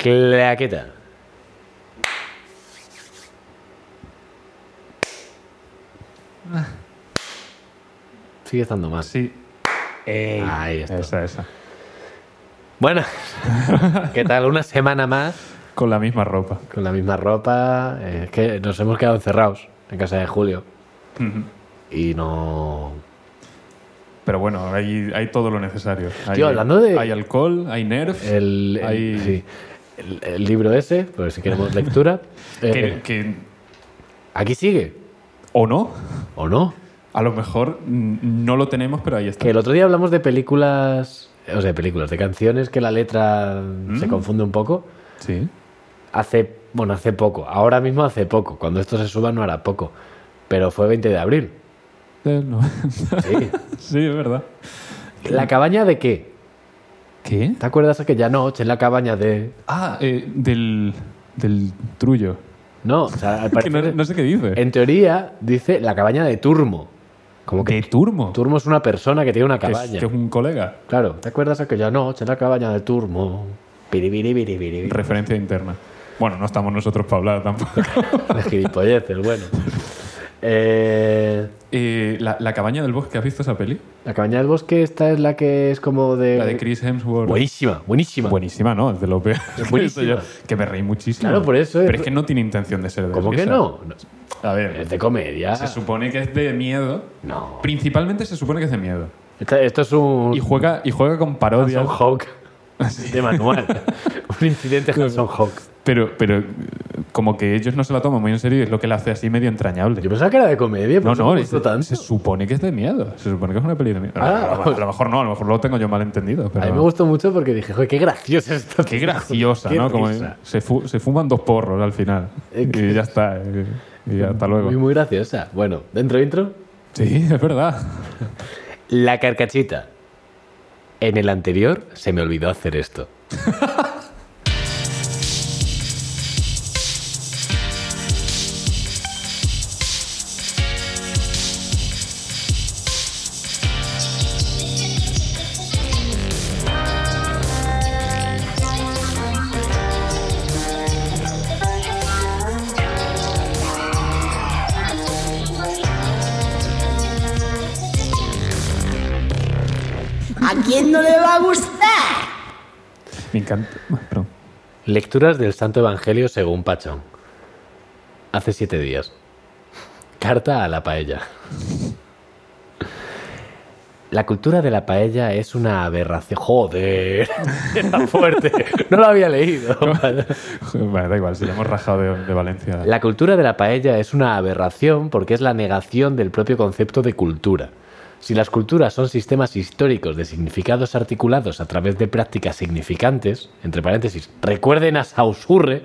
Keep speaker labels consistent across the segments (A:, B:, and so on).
A: Claqueta. Ah. Sigue estando más.
B: Sí.
A: Ey, Ah, Ahí está.
B: Esa, esa.
A: Bueno, ¿qué tal? Una semana más
B: Con la misma ropa.
A: con la misma ropa. Eh, Es que nos hemos quedado encerrados en casa de Julio. Y no.
B: Pero bueno, hay, hay todo lo necesario. Hay,
A: Tío, hablando de-
B: Hay alcohol, hay nerf.
A: El, el-
B: hay-
A: sí. El- el libro ese, por si queremos lectura.
B: que-
A: eh,
B: que-
A: aquí sigue,
B: o no.
A: ¿o no?
B: A lo mejor mm, no lo tenemos, pero ahí está.
A: Que el otro día hablamos de películas, o sea, de películas, de canciones que la letra se
B: Mm.
A: confunde un poco.
B: Sí.
A: Hace, bueno, hace poco, ahora mismo hace poco, cuando esto se suba no hará poco, pero fue 20 de abril.
B: Eh, no.
A: Sí.
B: sí, es verdad.
A: ¿La cabaña de qué?
B: ¿Qué?
A: ¿Te acuerdas aquella noche en la cabaña de...?
B: Ah, eh, del, del trullo.
A: No, o sea, al
B: Que no,
A: parecer,
B: no sé qué dice.
A: en teoría dice la cabaña de Turmo. Como que
B: de Turmo.
A: Turmo es una persona que tiene una
B: que, es,
A: cabaña.
B: que es un colega.
A: Claro, ¿te acuerdas aquella noche en la cabaña de Turmo? Piribiri, piribiri.
B: Referencia interna. Bueno, no estamos nosotros para hablar tampoco.
A: Las gilipolleces, bueno. Eh,
B: Eh, la, la cabaña del bosque, ¿has visto esa peli?
A: la cabaña del bosque, esta es la que es como de.
B: La de Chris Hemsworth.
A: Buenísima, buenísima.
B: Buenísima, ¿no? Es de lo peor. que he visto yo, que me reí muchísimo.
A: Claro, por eso, eh.
B: Pero es que no tiene intención de ser de
A: ¿Cómo que
B: risa.
A: no? No,
B: A ver,
A: Es de comedia.
B: se supone que es de miedo.
A: No.
B: Principalmente se supone que es de miedo.
A: Esta- esto es un.
B: Y juega, y juega con parodias.
A: Hanson Hawk de manual. un incidente Hanson Hawk.
B: Pero, pero eh, como que ellos no se la toman muy en serio y es lo que la hace así medio entrañable.
A: Yo pensaba que era de comedia,
B: No,
A: pero
B: no,
A: no me
B: es-
A: gustó tanto.
B: se supone que es de miedo. Se supone que es una peli de miedo.
A: Ah.
B: a, lo, a lo mejor no, a lo mejor lo tengo yo mal entendido. Pero
A: A mí me gustó mucho porque dije, joder, qué graciosa es esta.
B: Qué graciosa,
A: Qué
B: ¿no? Como
A: risa.
B: se, fu- se fuman dos porros al final.
A: Eh,
B: Y ya está. eh, Y hasta
A: Muy,
B: luego.
A: muy graciosa. Bueno, dentro intro.
B: Sí, es verdad.
A: La carcachita. En el anterior se me olvidó hacer esto.
C: ¿A quién no le va a gustar?
B: Me encanta. Bueno, perdón.
A: Lecturas del Santo Evangelio según Pachón. Hace siete días. Carta a la paella. La cultura de la paella es una aberración. ¡Joder! Era fuerte. No lo había leído.
B: Bueno, da igual, si ya hemos rajado de, de Valencia.
A: La cultura de la paella es una aberración porque es la negación del propio concepto de cultura. Si las culturas son sistemas históricos de significados articulados a través de prácticas significantes, entre paréntesis, recuerden a Sausurre,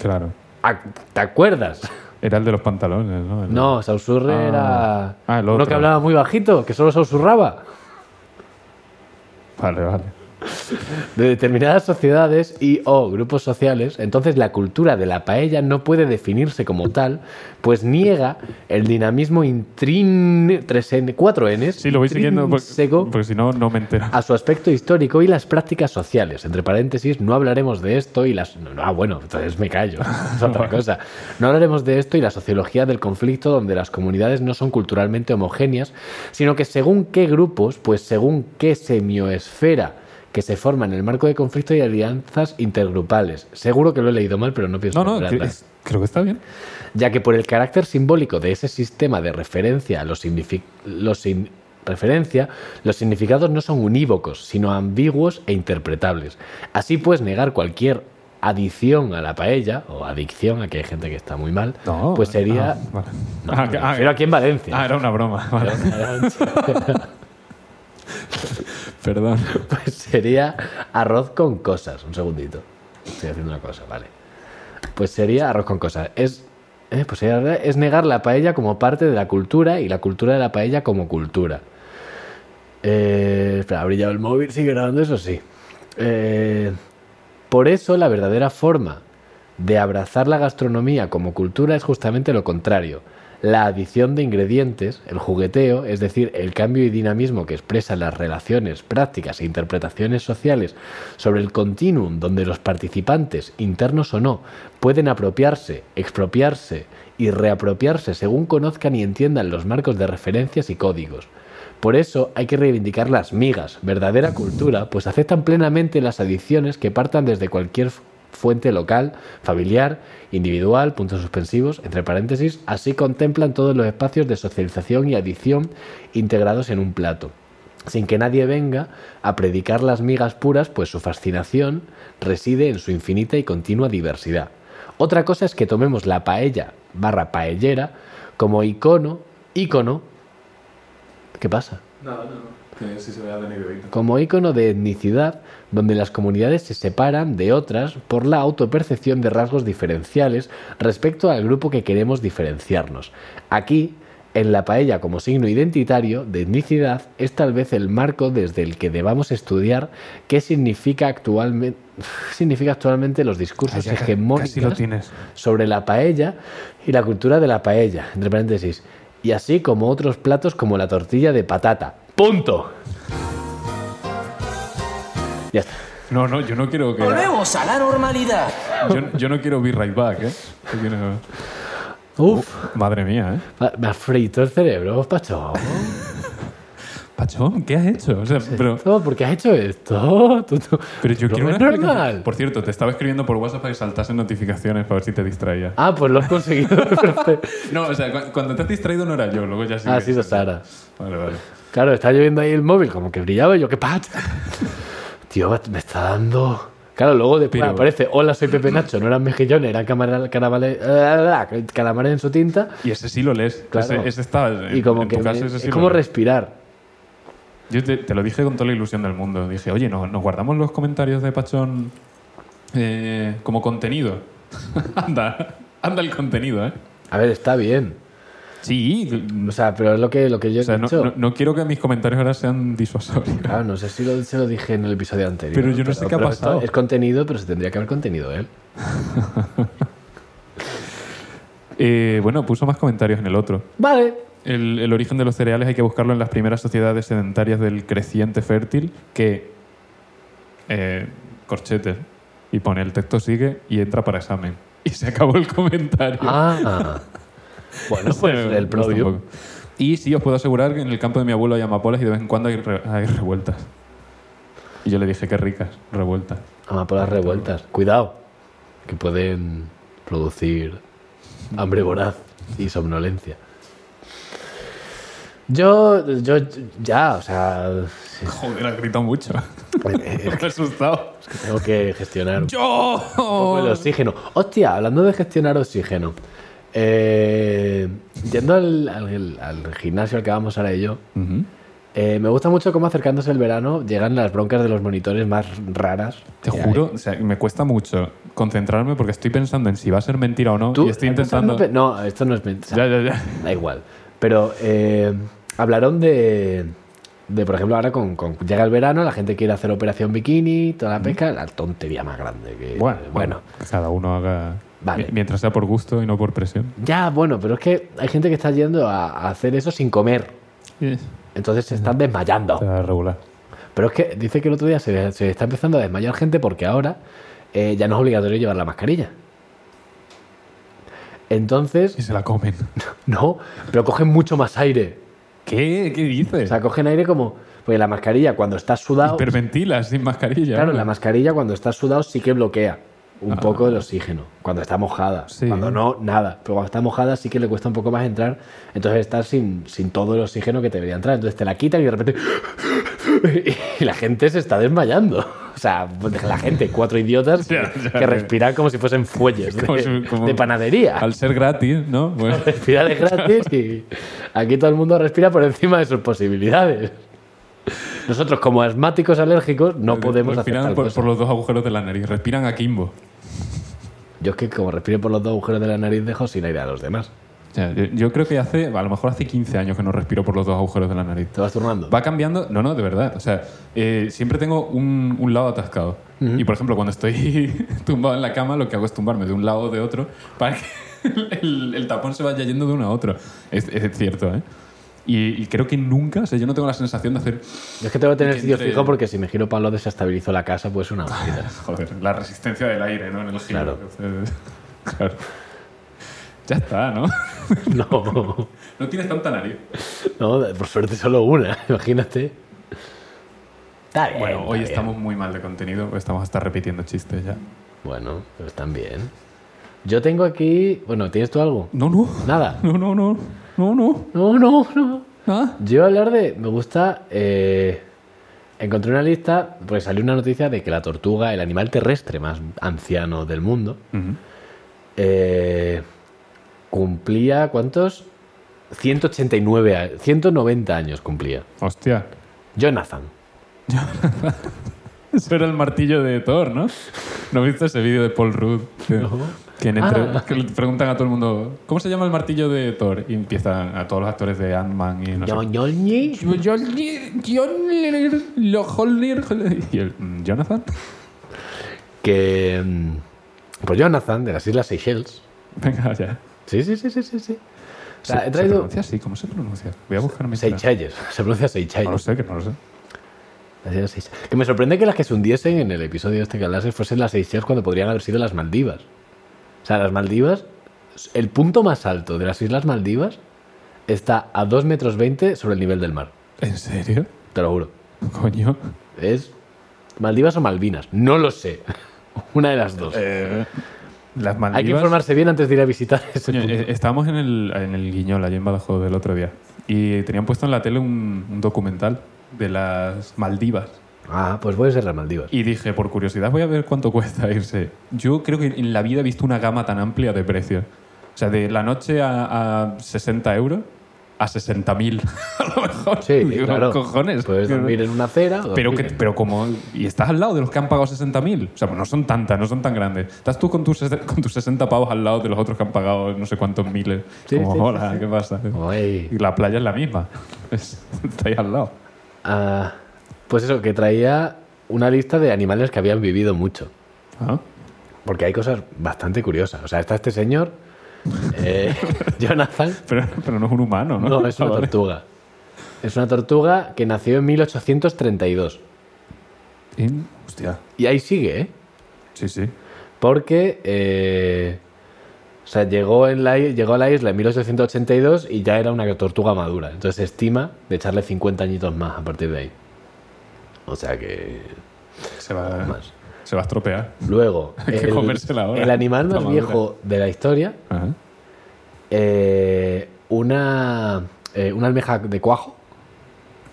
B: Claro.
A: ¿a- ¿te acuerdas?
B: Era el de los pantalones, ¿no? El-
A: No, Sausurre
B: Ah.
A: era
B: Ah, el
A: uno
B: otro.
A: que hablaba muy bajito, que solo susurraba.
B: Vale, vale.
A: de determinadas sociedades y o grupos sociales, entonces la cultura de la paella no puede definirse como tal, pues niega el dinamismo intrín... 4 Ns,
B: Sí, lo voy siguiendo por-
A: intrínseco
B: porque, si no, no me entero.
A: a su aspecto histórico y las prácticas sociales. Entre paréntesis, no hablaremos de esto y las... no, Ah, bueno, entonces me callo. Es otra cosa. No hablaremos de esto y la sociología del conflicto donde las comunidades no son culturalmente homogéneas, sino que según qué grupos, pues según qué semioesfera que se forma en el marco de conflicto y alianzas intergrupales. Seguro que lo he leído mal, pero no pienso
B: No, no,
A: cambiarla
B: que- es- creo que está bien.
A: ya que por el carácter simbólico de ese sistema de referencia a los, signifi- los sin- referencia, los significados no son unívocos, sino ambiguos e interpretables. Así pues, negar cualquier adición a la paella, o adicción, aquí hay gente que está muy mal,
B: No,
A: pues sería...
B: Ah, vale.
A: No,
B: Ah,
A: me
B: que- ah,
A: refiero aquí en Valencia.
B: ah, era una broma. Vale, perdón.
A: Pues sería arroz con cosas. Un segundito. Estoy haciendo una cosa, vale. Pues sería arroz con cosas. Es, eh, pues sería- es negar la paella como parte de la cultura y la cultura de la paella como cultura. Eh, espera, ha brillado el móvil, sigue grabando, eso sí. Eh, por eso la verdadera forma de abrazar la gastronomía como cultura es justamente lo contrario. la adición de ingredientes, el jugueteo, es decir, el cambio y dinamismo que expresan las relaciones, prácticas e interpretaciones sociales sobre el continuum donde los participantes, internos o no, pueden apropiarse, expropiarse y reapropiarse según conozcan y entiendan los marcos de referencias y códigos. Por eso hay que reivindicar las migas, verdadera cultura, pues aceptan plenamente las adiciones que partan desde cualquier fuente local, familiar, individual, puntos suspensivos, entre paréntesis, así contemplan todos los espacios de socialización y adición integrados en un plato. Sin que nadie venga a predicar las migas puras, pues su fascinación reside en su infinita y continua diversidad. Otra cosa es que tomemos la paella barra paellera como icono, ícono. ¿Qué pasa?
B: No, no, no. Que sí se vea Dani de Vito.
A: como ícono de etnicidad donde las comunidades se separan de otras por la autopercepción de rasgos diferenciales respecto al grupo que queremos diferenciarnos. Aquí, en la paella como signo identitario de etnicidad es tal vez el marco desde el que debamos estudiar qué significa actualmente, significa actualmente los
B: Ay,
A: discursos
B: ya ca-
A: hegemónicos
B: Casi lo tienes.
A: sobre la paella y la cultura de la paella, entre paréntesis, y así como otros platos como la tortilla de patata. ¡Punto! Ya está.
B: No, no, yo no quiero que.
D: Volvemos a la normalidad.
B: Yo, yo no quiero be right back, ¿eh? Yo quiero-
A: Uf,
B: Madre mía, ¿eh?
A: ma- me ha frito el cerebro, Pacho.
B: Pachón, ¿qué has hecho? O sea, pero.
A: No, ¿Por qué has hecho esto? Tú- tú-
B: Pero yo
A: no
B: quiero
A: es
B: una explicación.
A: normal.
B: Por cierto, te estaba escribiendo por WhatsApp para que saltasen notificaciones para ver si te distraía.
A: Ah, pues lo has conseguido. Perfecto.
B: No, o sea, cu- cuando te has distraído no era yo, luego ya sí.
A: ah,
B: que-
A: sí, de Sara.
B: Vale, vale.
A: Claro, está lloviendo ahí el móvil, como que brillaba y yo, ¿qué pasa? Tío, me está dando. Claro, luego después
B: Pero-
A: aparece, hola, soy Pepe Nacho, no eran mejillones, eran camara- caramales, eh, calamares en su tinta.
B: Y ese sí lo lees.
A: Claro.
B: Ese, ese está. en-
A: Y como
B: en
A: que
B: tu caso,
A: me-
B: ese sí
A: es
B: lo
A: como
B: lees.
A: respirar.
B: Yo te, te lo dije con toda la ilusión del mundo. Dije, oye, ¿no- nos guardamos los comentarios de Pachón eh, como contenido. anda, anda el contenido, ¿eh?
A: A ver, está bien.
B: Sí.
A: O sea, pero es lo que, lo que yo Pues he
B: O sea, no,
A: dicho.
B: no- no quiero que mis comentarios ahora sean disuasorios.
A: Claro, no sé si lo, se lo dije en el episodio anterior.
B: Pero yo no sé qué ha
A: esto
B: pasado.
A: Es contenido, pero se tendría que haber contenido él.
B: Eh, bueno, puso más comentarios en el otro.
A: Vale.
B: El, el origen de los cereales hay que buscarlo en las primeras sociedades sedentarias del creciente fértil que... Eh, corchete. Y pone el texto sigue y entra para examen. Y se acabó el comentario.
A: Ah. bueno, pues
B: Pero
A: el
B: no está
A: propio.
B: un poco. Y sí, os puedo asegurar que en el campo de mi abuelo hay amapolas y de vez en cuando hay, re- hay revueltas. Y yo le dije, qué ricas, revueltas.
A: Amapolas revueltas. Cuidado, que pueden producir hambre voraz y somnolencia. Yo, yo, ya, o sea,
B: Joder, has gritado mucho.
A: es
B: Me he asustado.
A: que tengo que gestionar un poco el
B: ¡Yo!
A: oxígeno. Hostia, hablando de gestionar oxígeno, eh, yendo al, al- al gimnasio al que vamos ahora y yo,
B: Ujú.
A: eh, me gusta mucho cómo acercándose el verano llegan las broncas de los monitores más raras.
B: Te
A: que hay.
B: juro, o sea, me cuesta mucho concentrarme porque estoy pensando en si va a ser mentira o no
A: ¿Tú?
B: y estoy
A: ¿Estás
B: intentando...
A: pe- No, esto no es mentira.
B: Ya, ya, ya.
A: Da igual. Pero eh, hablaron de, de, por ejemplo, ahora con, con- llega el verano, la gente quiere hacer operación bikini, toda la pesca, la tontería más grande. Que,
B: Bueno,
A: bueno.
B: bueno, cada uno haga...
A: Vale.
B: mi- Mientras sea por gusto y no por presión.
A: Ya, bueno, pero es que hay gente que está yendo a, a hacer eso sin comer. Entonces se están desmayando.
B: Está regular.
A: Pero es que dice que el otro día se, se está empezando a desmayar gente porque ahora eh, ya no es obligatorio llevar la mascarilla. Entonces,
B: Y se la comen.
A: no, pero cogen mucho más aire.
B: ¿Qué? ¿Qué
A: O
B: dices?
A: sea, cogen aire como. Porque la mascarilla, cuando está sudado,
B: Hiperventilas sin mascarilla.
A: Claro,
B: ¿no?
A: la mascarilla cuando está sudado sí que bloquea un poco el oxígeno. Cuando está mojada.
B: Ah. Sí.
A: Cuando no, nada. Pero cuando está mojada sí que le cuesta un poco más entrar. Entonces estás sin, sin todo el oxígeno que te debería entrar. Entonces te la quitan y de repente... Y la gente se está desmayando. O sea, pues la gente, cuatro idiotas
B: Ya, ya,
A: que
B: ya.
A: respiran como si fuesen fuelles de,
B: Como si- como-
A: de panadería.
B: Al ser gratis, ¿no? Pues, Bueno,
A: Respirar es gratis y aquí todo el mundo respira por encima de sus posibilidades. Nosotros como asmáticos alérgicos no podemos hacer
B: respiran
A: tal
B: por,
A: cosa.
B: por los dos agujeros de la nariz. Respiran a Kimbo.
A: Yo es que como respiro por los dos agujeros de la nariz dejo sin aire a los demás.
B: O sea, yo, yo creo que hace, a lo mejor hace 15 años que no respiro por los dos agujeros de la nariz.
A: ¿Te vas turnando?
B: Va cambiando, no, no, de verdad. O sea, eh, siempre tengo un, un lado atascado. Y por ejemplo, cuando estoy tumbado en la cama, lo que hago es tumbarme de un lado o de otro para que, el, el tapón se vaya yendo de uno a otro. Es, es cierto, ¿eh? Y, y creo que nunca, o sea, yo no tengo la sensación de hacer,
A: Es que tengo que tener
B: Que
A: sitio
B: entre-
A: fijo porque si me giro para lo desestabilizo la casa, pues una movida.
B: joder, la resistencia del aire, ¿no? En el giro.
A: Claro.
B: Entonces, claro. Ya está, ¿no?
A: No,
B: No tienes tanta nariz.
A: no, por suerte solo una, imagínate. Está bien.
B: Bueno, hoy
A: Eh, está bien.
B: estamos muy mal de contenido, pues estamos hasta repitiendo chistes ya.
A: Bueno, pero están bien. Yo tengo aquí. Bueno, ¿tienes tú algo?
B: No, no.
A: Nada.
B: No, no, no. No, no. Ah.
A: No, no, no.
B: Nada.
A: Yo iba a hablar de. Me gusta. eh, encontré una lista, pues salió una noticia de que la tortuga, el animal terrestre más anciano del mundo, eh, cumplía. ¿Cuántos? 189 a- 190 años cumplía.
B: Hostia.
A: Jonathan.
B: Eso era el martillo de Thor, ¿no? ¿No viste ese vídeo de Paul Rudd? Que, que en entre-
A: Ah.
B: que le preguntan a todo el mundo, ¿cómo se llama el martillo de Thor? Y empiezan a todos los actores de Ant-Man y no sé.
A: Ñoñoñi.
B: Y el, "Mm, ¿Jonathan?
A: Que. mm, Pues Jonathan, de las Islas Seychelles.
B: Venga, ya.
A: Sí, sí, sí, sí, sí. sí. O sea,
B: ¿Se,
A: he
B: ¿Se
A: traído.
B: pronuncia así? ¿Cómo se pronuncia? Voy a buscarme.
A: Seychelles. Se pronuncia Seychelles.
B: No lo sé, que no lo sé.
A: Las Islas Seychelles. Que me sorprende que las que se hundiesen en el episodio este que hablases fuesen las Seychelles cuando podrían haber sido las Maldivas. O sea, las Maldivas, el punto más alto de las Islas Maldivas está a 2 metros 20 sobre el nivel del mar.
B: ¿En serio?
A: Te lo juro.
B: Coño.
A: Es Maldivas o Malvinas. No lo sé. Una de las dos.
B: Las Eh, Maldivas.
A: Eh, Hay que informarse bien antes de ir a visitar ese
B: Coño,
A: punto.
B: eh, estábamos en el, en el Guiñol, allí en Badajoz, del otro día. Y tenían puesto en la tele un, un documental de las Maldivas.
A: Ah, pues puede ser las Maldivas.
B: Y dije, por curiosidad, voy a ver cuánto cuesta irse. Yo creo que en la vida he visto una gama tan amplia de precios. O sea, de la noche a, a 60 euros a 60.000, a lo mejor.
A: Sí,
B: Digo,
A: claro.
B: cojones.
A: Puedes dormir en una acera. o
B: Pero, que,
A: dormir en-
B: pero como... Y estás al lado de los que han pagado 60.000. O sea, pues no son tantas, no son tan grandes. Estás tú con tus, ses- con tus 60 pavos al lado de los otros que han pagado no sé cuántos miles.
A: Sí,
B: como,
A: sí, sí,
B: hola, ¿qué pasa?
A: Ay.
B: Y la playa es la misma. Estáis al lado.
A: Ah, pues eso, que traía una lista de animales que habían vivido mucho.
B: Ah,
A: Porque hay cosas bastante curiosas. O sea, está este señor, eh, Jonathan.
B: Pero, pero no es un humano, ¿no?
A: No, es una tortuga. Es una tortuga que nació en 1832.
B: En- Hostia.
A: Y ahí sigue, ¿eh?
B: Sí, sí.
A: Porque. eh, o sea, llegó, en la, i- llegó a la isla en 1882 y ya era una tortuga madura. Entonces se estima de echarle 50 añitos más a partir de ahí. O sea que.
B: Se va,
A: Más.
B: se va a estropear.
A: Luego,
B: Hay que comérsela ahora.
A: el animal
B: Está
A: más
B: madura.
A: viejo de la historia,
B: Ajá.
A: eh, una, eh, una almeja de cuajo,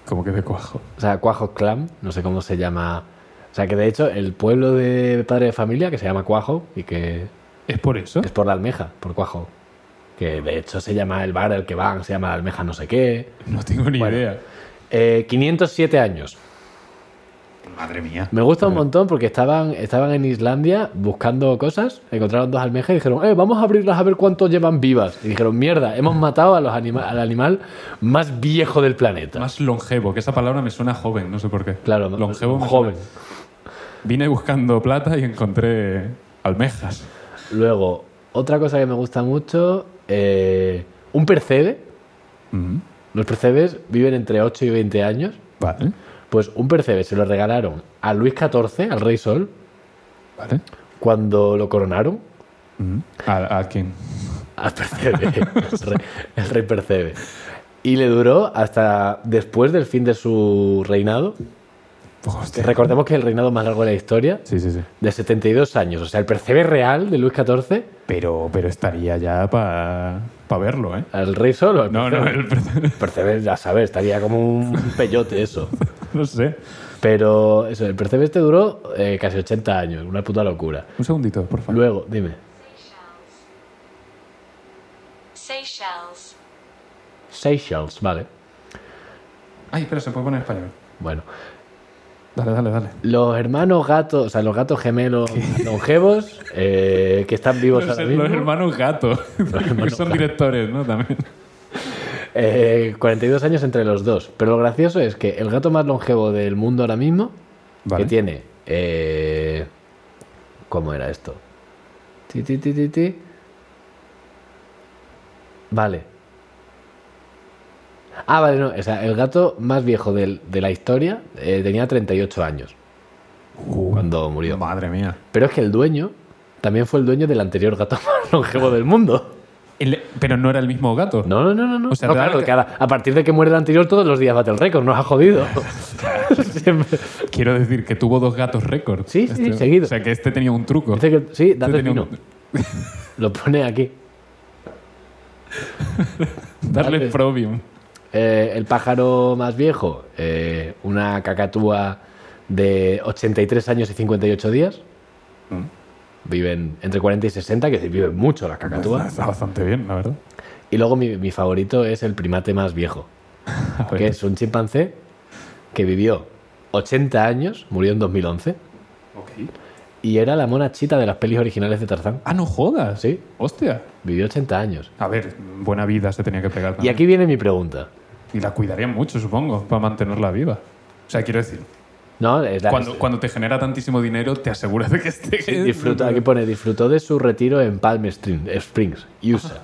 B: Como que de cuajo.
A: o sea, cuajo clam, no sé cómo se llama. O sea, que de hecho el pueblo de padre de familia que se llama cuajo y
B: ¿Eh?
A: que
B: ¿Es por eso?
A: es por la almeja, por cuajo. Que de hecho se llama el bar al que van, se llama la almeja no sé qué.
B: No tengo ni
A: Bueno.
B: idea.
A: Eh, 507 años.
B: Madre mía.
A: Me gusta un montón porque estaban, estaban en Islandia buscando cosas, encontraron dos almejas y dijeron, eh, vamos a abrirlas a ver cuánto llevan vivas. Y dijeron, mierda, hemos matado a los anima- al animal más viejo del planeta.
B: Más longevo, que esa palabra me suena joven, no sé por qué.
A: claro, ¿no?
B: longevo. me
A: joven.
B: suena- Vine buscando plata y encontré almejas.
A: Luego, otra cosa que me gusta mucho, eh, un percebe.
B: Ujú.
A: Los percebes viven entre 8 y 20 años.
B: Vale.
A: Pues un percebe se lo regalaron a Luis XIV, al rey Sol,
B: Vale.
A: cuando lo coronaron.
B: Ujú. ¿A, a quién?
A: al Percebe. El rey, el rey Percebe. Y le duró hasta después del fin de su reinado.
B: Hostia.
A: Recordemos que es el reinado más largo de la historia,
B: Sí, sí, sí.
A: de 72 años. O sea, el Percebe real de Luis XIV,
B: Pero, pero estaría ya para verlo, ¿eh?
A: al rey solo. al
B: No, no,
A: Percebe.
B: el,
A: Percebe, ya sabes, estaría como un peyote eso.
B: no sé.
A: Pero eso, el Percebe este duró eh, casi 80 años, una puta locura.
B: Un segundito, por favor.
A: Luego, dime.
E: Seychelles.
A: Seychelles, vale.
B: Ay, espera, se puede poner en español.
A: Bueno.
B: Dale, dale, dale.
A: Los hermanos gatos, o sea, los gatos gemelos longevos, eh, que están vivos
B: Los,
A: ahora mismo.
B: los hermanos gatos, que
A: hermanos
B: son
A: gato.
B: directores, ¿no? También.
A: Eh, 42 años entre los dos. Pero lo gracioso es que el gato más longevo del mundo ahora mismo,
B: Vale.
A: que tiene... eh, ¿Cómo era esto? Ti, ti, ti, ti, ti. Vale. Ah, vale, no. O sea, el gato más viejo del- de la historia eh, tenía 38 años cuando murió.
B: Madre mía.
A: Pero es que el dueño también fue el dueño del anterior gato más longevo del mundo.
B: El- pero no era el mismo gato.
A: No, no, no, no. no.
B: O sea,
A: No,
B: te da
A: claro,
B: la-
A: que ahora, a partir de que muere el anterior, todos los días bate el récord. Nos ha jodido. Siempre.
B: Quiero decir que tuvo dos gatos récord.
A: Sí, sí,
B: Este-
A: seguido.
B: O sea, que este tenía un truco.
A: Dice que, sí,
B: Este
A: date
B: tenía
A: vino.
B: un-
A: Lo pone aquí.
B: darle
A: Date.
B: probium.
A: Eh, el pájaro más viejo, eh, una cacatúa de 83 años y 58 días.
B: Mm.
A: Viven entre 40 y 60, que es decir, viven mucho las
B: Está,
A: cacatúas.
B: está bastante bien, la verdad.
A: Y luego mi, mi favorito es el primate más viejo,
B: A ver.
A: que es un chimpancé que vivió 80 años, murió en 2011, y era la mona chita de las pelis originales de Tarzán.
B: Ah, no jodas.
A: Sí.
B: Hostia.
A: Vivió 80 años.
B: A ver, buena vida se tenía que pegar.
A: Y
B: también.
A: aquí viene mi pregunta.
B: Y la cuidarían mucho, supongo, para mantenerla viva. O sea, quiero decir,
A: No, es la-
B: cuando, cuando te genera tantísimo dinero, te aseguras de que esté.
A: Sí, disfruta, aquí pone, disfrutó de su retiro en Palm Spring- Springs, USA.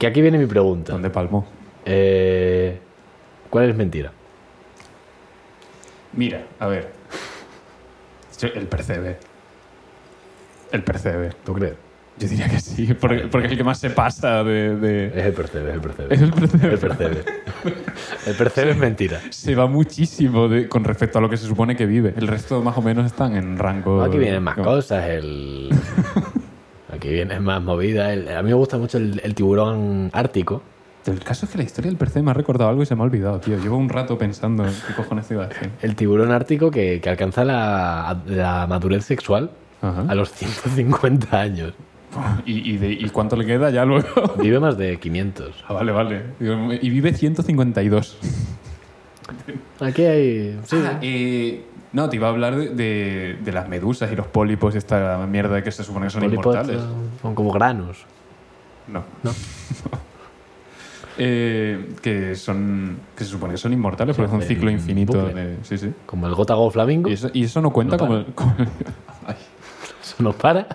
A: Que aquí viene mi pregunta.
B: Donde palmó.
A: Eh, ¿Cuál es mentira?
B: Mira, a ver. Yo- El percebe. El percebe.
A: ¿Tú crees?
B: Yo diría que sí, porque, porque es el que más se pasa de. de-
A: Es el percebe, es el percebe.
B: Es el percebe.
A: El percebe. El percebe es mentira.
B: Se va muchísimo de- con respecto a lo que se supone que vive. El resto, más o menos, están en rango.
A: Aquí vienen más
B: como-
A: cosas, el... Aquí vienen más movidas. el- A mí me gusta mucho el, el tiburón ártico.
B: El caso es que la historia del percebe me ha recordado algo y se me ha olvidado, tío. Llevo un rato pensando en qué cojones iba a decir.
A: El tiburón ártico que, que alcanza la, la madurez sexual
B: Ajá.
A: a los 150 años.
B: ¿Y, y de- ¿Y cuánto le queda ya luego?
A: Vive más de 500.
B: Ah, vale, vale. Digo, Y vive 152.
A: Aquí hay... Sí,
B: Ah, eh, no, te iba a hablar de, de- de las medusas y los pólipos y esta mierda que se supone que son
A: Polipos
B: inmortales.
A: son- son como granos.
B: No. Eh, que son que se supone que son inmortales porque es un
A: de-
B: ciclo infinito
A: bucle.
B: de- sí sí
A: Como el gota go flamingo.
B: y eso, y eso no cuenta
A: No
B: como, el- como el- Ay.
A: Eso no para.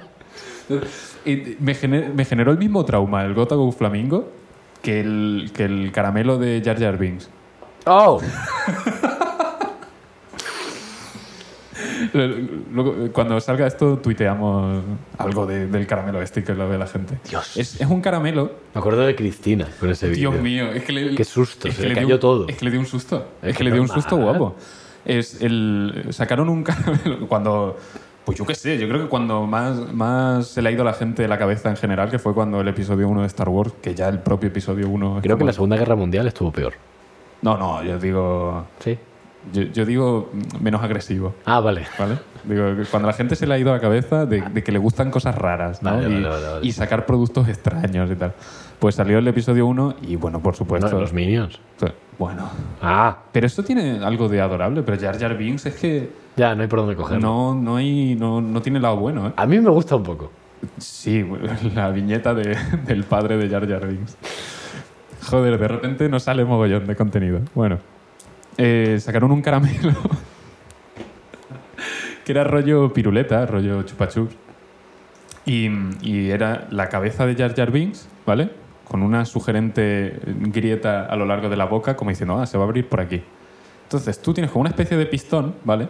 B: Eh, me, gener- me generó el mismo trauma el Gota Go Flamingo que el, que el caramelo de Jar Jar Binks
A: ¡Oh!
B: Luego, cuando salga esto, tuiteamos algo de- del caramelo este que lo ve la gente.
A: Dios.
B: Es, es un caramelo.
A: Me acuerdo de Cristina con ese vídeo.
B: Dios mío. Es que le,
A: Qué susto, se le
B: dio
A: cayó
B: un-
A: todo. Eh,
B: Es que le dio un susto.
A: Es
B: Es,
A: que
B: que le dio un
A: normal.
B: susto guapo. Es el, sacaron un caramelo cuando. Pues yo qué sé, yo creo que cuando más, más se le ha ido a la gente de la cabeza en general, que fue cuando el episodio 1 de Star Wars, que ya el propio episodio 1. es
A: Creo que
B: como-
A: la Segunda Guerra Mundial estuvo peor.
B: No, no, yo digo.
A: Sí.
B: Yo, yo digo mm, menos agresivo.
A: Ah, vale.
B: ¿Vale? Digo, que cuando a la gente se le ha ido a la cabeza de, de que le gustan cosas raras, ¿no?
A: Vale,
B: y,
A: vale, vale, vale.
B: y sacar productos extraños y tal. Pues salió el episodio 1 y bueno, por
A: Bueno,
B: supuesto.
A: los Minions.
B: Bueno.
A: Ah,
B: Pero esto tiene algo de adorable, pero Jar Jar Binks es que
A: ya, no hay por dónde cogerlo.
B: no, no, hay, no, no tiene lado bueno, ¿eh?
A: A mí me gusta un poco.
B: Sí, la viñeta de- del padre de Jar Jar Binks. Joder, de repente nos sale mogollón de contenido. Bueno, eh, sacaron un caramelo que era rollo piruleta, rollo chupachups. Y, y era la cabeza de Jar Jar Binks, ¿vale? Con una sugerente grieta a lo largo de la boca, como diciendo, ah, se va a abrir por aquí. Entonces tú tienes como una especie de pistón, ¿vale?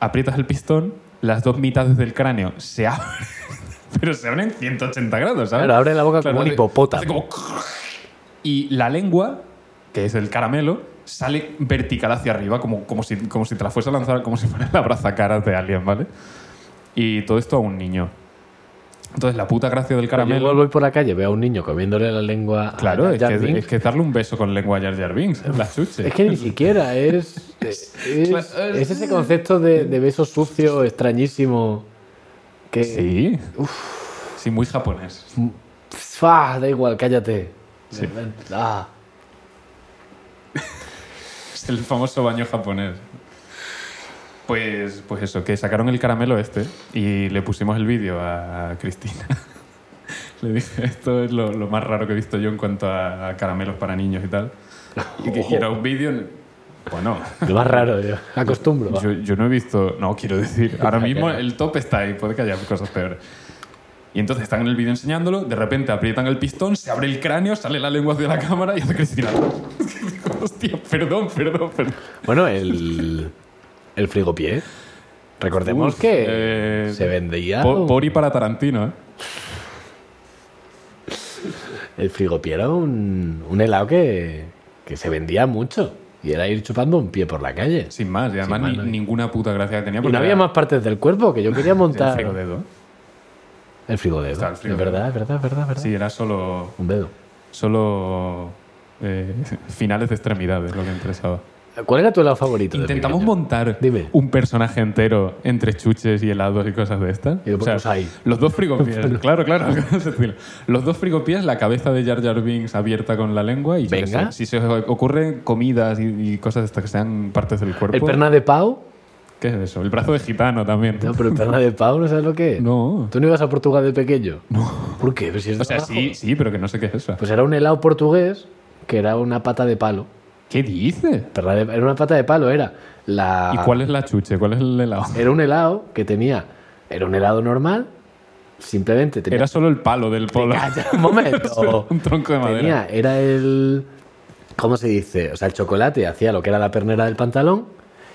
B: Aprietas el pistón, las dos mitades del cráneo se abren, pero se abren 180 grados, ¿sabes?
A: ¿Ah? Claro, abre la boca como un
B: hace-
A: hipopótamo.
B: hace como y la lengua, que es el caramelo, sale vertical hacia arriba, como, como, si, como si te la fuese a lanzar, como si fuera la brazacaras de Alien, ¿vale? Y todo esto a un niño. Entonces, la puta gracia del
A: Yo
B: caramelo.
A: igual voy por la calle, veo a un niño comiéndole la lengua. a
B: Claro,
A: Jar
B: es
A: Jar
B: que,
A: Binks.
B: es que darle un beso con lengua a Jar Jar Binks, la chuche.
A: Es que ni siquiera es. Es, es-
B: Claro.
A: es ese concepto de, de beso sucio, extrañísimo. Que.
B: Sí. Sí, muy japonés.
A: ¡Fua! Da igual, cállate. Ah.
B: Es el famoso baño japonés. Pues, pues eso, que sacaron el caramelo este y le pusimos el vídeo a Cristina. le dije, esto es lo, lo más raro que he visto yo en cuanto a, a caramelos para niños y tal. Y que y era un vídeo... en- Bueno,
A: Lo más raro, yo. Acostumbro. va.
B: yo, yo no he visto... No, quiero decir, ahora mismo
A: claro.
B: el top está ahí, puede que haya cosas peores. Y entonces están en el vídeo enseñándolo, de repente aprietan el pistón, se abre el cráneo, sale la lengua hacia la cámara y hace Cristina. Hostia, perdón, perdón, perdón.
A: Bueno, el, el frigopié. Recordemos
B: Uf,
A: que
B: eh,
A: se vendía
B: Po-
A: un-
B: Pori para Tarantino, ¿eh?
A: el frigopié era un, un helado que, que se vendía mucho y era ir chupando un pie por la calle.
B: Sin más, y además
A: más,
B: ni-
A: no hay-
B: ninguna puta gracia que tenía.
A: Y
B: Porque
A: no había
B: era-
A: más partes del cuerpo que yo quería
B: era
A: montar.
B: el frigodedo.
A: El frigodedo.
B: Está el frigodedo.
A: Es verdad, es verdad, es verdad, es verdad.
B: Sí, era solo,
A: Un dedo.
B: solo eh, finales de extremidades lo que interesaba.
A: ¿Cuál era tu helado favorito? de
B: Intentamos
A: pequeño?
B: montar
A: Dime.
B: un personaje entero entre chuches y helados y cosas de estas.
A: Y lo ponemos ahí.
B: Los dos frigopiés. claro, claro. es decir, los dos frigopiés, la cabeza de Jar Jar Binks abierta con la lengua y yo qué
A: Venga.
B: sé, si se os ocurren comidas y, y cosas de estas que sean partes del cuerpo.
A: ¿El perna de pau?
B: ¿Qué es eso? El brazo de gitano también.
A: No, pero el perna de pau, ¿no sabes lo que es?
B: No.
A: ¿Tú no ibas a Portugal de pequeño? No. ¿Por qué? Pero si es de
B: O sea,
A: abajo.
B: sí, sí, pero que no sé qué es eso.
A: Pues era un helado portugués que era una pata de palo.
B: ¿Qué dices?
A: Perna de- era una pata de palo, era la...
B: ¿Y cuál es la chuche? ¿Cuál es el helado?
A: Era un helado que tenía... Era un helado normal, simplemente tenía...
B: Era solo el palo del polo.
A: Calla, un momento.
B: un tronco de madera.
A: Tenía, era el... ¿Cómo se dice? O sea, el chocolate hacía lo que era la pernera del pantalón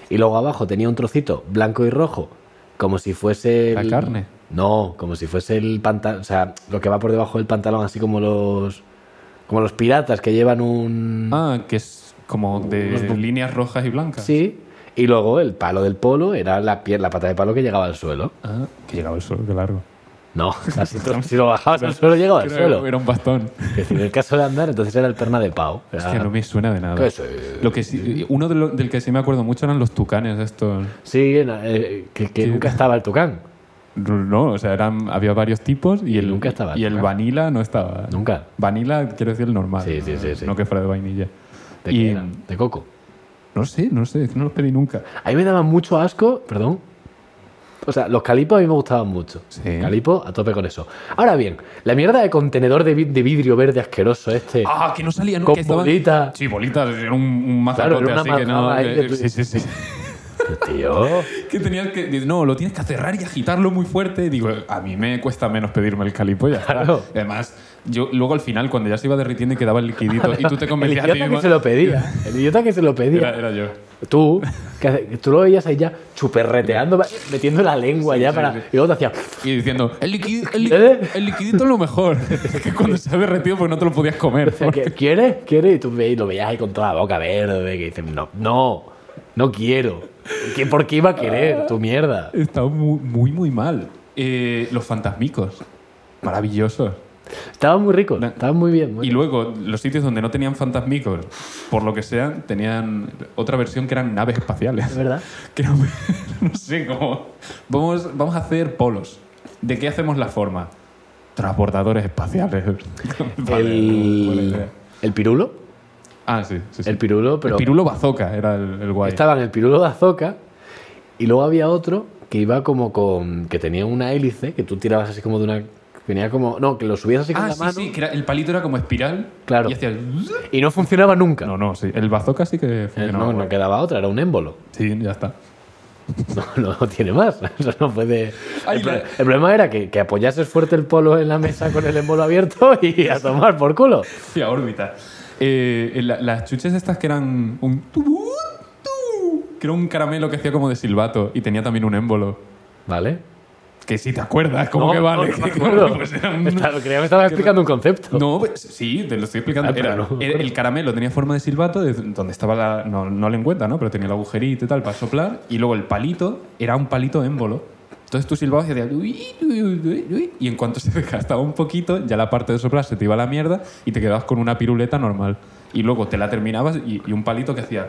A: y luego abajo tenía un trocito blanco y rojo, como si fuese...
B: La
A: el-
B: carne.
A: No, como si fuese el pantalón, o sea, lo que va por debajo del pantalón, así como los... Como los piratas que llevan un...
B: Ah, que es como de
A: Unos bu-
B: líneas rojas y blancas.
A: Sí. Y luego el palo del polo era la, pier- la pata de palo que llegaba al suelo.
B: Ah, que llegaba el sol, qué largo.
A: No, o sea, si, tú- si lo bajabas al suelo, llegaba al
B: Era-
A: Ah, suelo.
B: Era un bastón.
A: Es decir, en el caso de andar, entonces era el perna de pau. Era-
B: Hostia, no me suena de nada.
A: ¿Qué es, eh?
B: Lo que sí- uno de lo- del que sí me acuerdo mucho eran los tucanes estos.
A: Sí, en- eh, que, que
B: Sí.
A: nunca estaba el tucán.
B: No, o sea, eran, había varios tipos y el,
A: nunca estaba el
B: y el
A: tucán.
B: vanilla no estaba.
A: Nunca.
B: Vanilla, quiero decir el normal.
A: Sí, sí,
B: ¿no?
A: sí, sí.
B: No que fuera de vainilla.
A: ¿De
B: Y-
A: qué era? De coco.
B: No sé, no sé, es que no los pedí nunca.
A: A mí me daban mucho asco, perdón. O sea, los calipos a mí me gustaban mucho.
B: Sí.
A: Calipo, a tope con eso. Ahora bien, la mierda de contenedor de, vi- de vidrio verde asqueroso este.
B: Ah, que no salía nunca.
A: Con bolita.
B: Sí, bolitas, era un, un
A: Claro,
B: mazacote,
A: era una
B: así que no.
A: mazaba ahí
B: eh,
A: que tú-
B: sí, sí, sí.
A: Tío.
B: que tenías que. dices, No, lo tienes que acerrar y agitarlo muy fuerte. Digo, a mí me cuesta menos pedirme el calipo ya. está.
A: Claro.
B: Además, yo luego al final, cuando ya se iba derritiendo y quedaba el liquidito, y tú te
A: El
B: convencías a ti
A: idiota que
B: mismo-
A: se lo pedía. El idiota que se lo pedía.
B: Era, era yo.
A: Tú, que hace- que tú lo veías ahí ya chuperreteando, va- metiendo la lengua ya para. Y luego te hacía.
B: Y diciendo, el, liqui- el, li-
A: ¿Eh?
B: el liquidito es lo mejor. que cuando se ha derretido, pues no te lo podías comer.
A: "¿Qué- ¿Quieres? ¿Quieres? Y tú ve- y lo veías ahí con toda la boca verde, que dices, no, no, no quiero. ¿Qué- ¿Por qué iba a querer tu mierda?
B: Estaba muy, muy, muy mal. Eh, los fantasmicos. Maravillosos.
A: Estaba muy rico, estaba muy bien. muy
B: Y
A: bien.
B: luego, los sitios donde no tenían fantasmicos, por lo que sea, tenían otra versión que eran naves espaciales.
A: Es verdad.
B: Que no, no sé cómo. Vamos, vamos a hacer polos. ¿De qué hacemos la forma? Transbordadores espaciales. Vale, buena
A: el,
B: idea.
A: el pirulo,
B: Ah, sí. sí, sí.
A: el pirulo, pero
B: El pirulo bazooka era el, el guay.
A: estaban el pirulo de azoca y luego había otro que iba como con. que tenía una hélice que tú tirabas así como de una. venía como. no, que lo subías así con
B: Ah,
A: la
B: sí,
A: mano
B: sí, que era- el palito era como espiral.
A: Claro.
B: Y hacía el-
A: y no funcionaba nunca.
B: No, no, sí. El bazooka sí que
A: Eh,
B: funcionaba
A: No, no
B: guay.
A: quedaba otra, era un émbolo.
B: Sí, ya está.
A: No, no tiene más. Eso no puede.
B: Ay,
A: el, pro-
B: la-
A: el problema era que, que apoyases fuerte el polo en la mesa con el émbolo abierto y a tomar por culo.
B: Sí, a órbita. Eh, la- las chuches estas que eran un... tubu, tu, Que era un caramelo que hacía como de silbato y tenía también un émbolo.
A: ¿Vale?
B: Que si te acuerdas, como que vale.
A: No, no me
B: Que-
A: acuerdo.
B: pues era un-
A: Estaba- creía que me estaba explicando un concepto.
B: No, pues, sí, te lo estoy explicando.
A: Ah, pero
B: Era-
A: no me
B: era- el caramelo tenía forma de silbato, de donde estaba la. No, no le encuentra, ¿no? Pero tenía el agujerito y tal para soplar. Y luego el palito era un palito émbolo. Entonces tú silbabas y hacías "Uy, uy, uy, uy", Y en cuanto se desgastaba un poquito, ya la parte de soplar se te iba a la mierda y te quedabas con una piruleta normal. Y luego te la terminabas y, y un palito que hacía.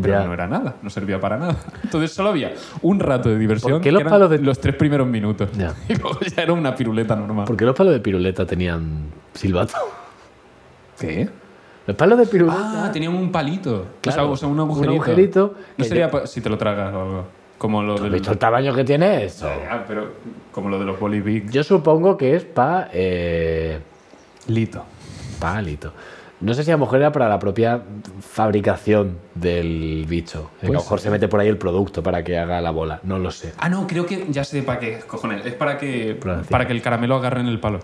B: Pero
A: Ya.
B: no era nada, no servía para nada. Entonces solo había un rato de diversión.
A: ¿Por qué los
B: que eran
A: palos de-
B: los tres primeros minutos.
A: Ya.
B: Y luego ya era una piruleta normal.
A: ¿Por qué los palos de piruleta tenían silbato?
B: qué?
A: Los palos de piruleta.
B: Ah, tenían un palito.
A: Claro,
B: o sea, o sea, un
A: un
B: agujerito.
A: agujerito que
B: No sería
A: yo-
B: pa- si te lo tragas o algo. Como lo
A: ¿Has
B: del.
A: visto el tamaño que tiene eso?
B: Ah, pero como lo de los bolivic.
A: Yo supongo que es pa. eh,
B: Lito.
A: palito. No sé si a lo mejor era para la propia fabricación del bicho. Que a lo
B: Pues
A: mejor
B: sí.
A: se mete por ahí el producto para que haga la bola. No lo sé.
B: Ah, no, creo que ya sé para qué, cojones. Es para que,
A: Para encima.
B: para que el caramelo agarre en el palo.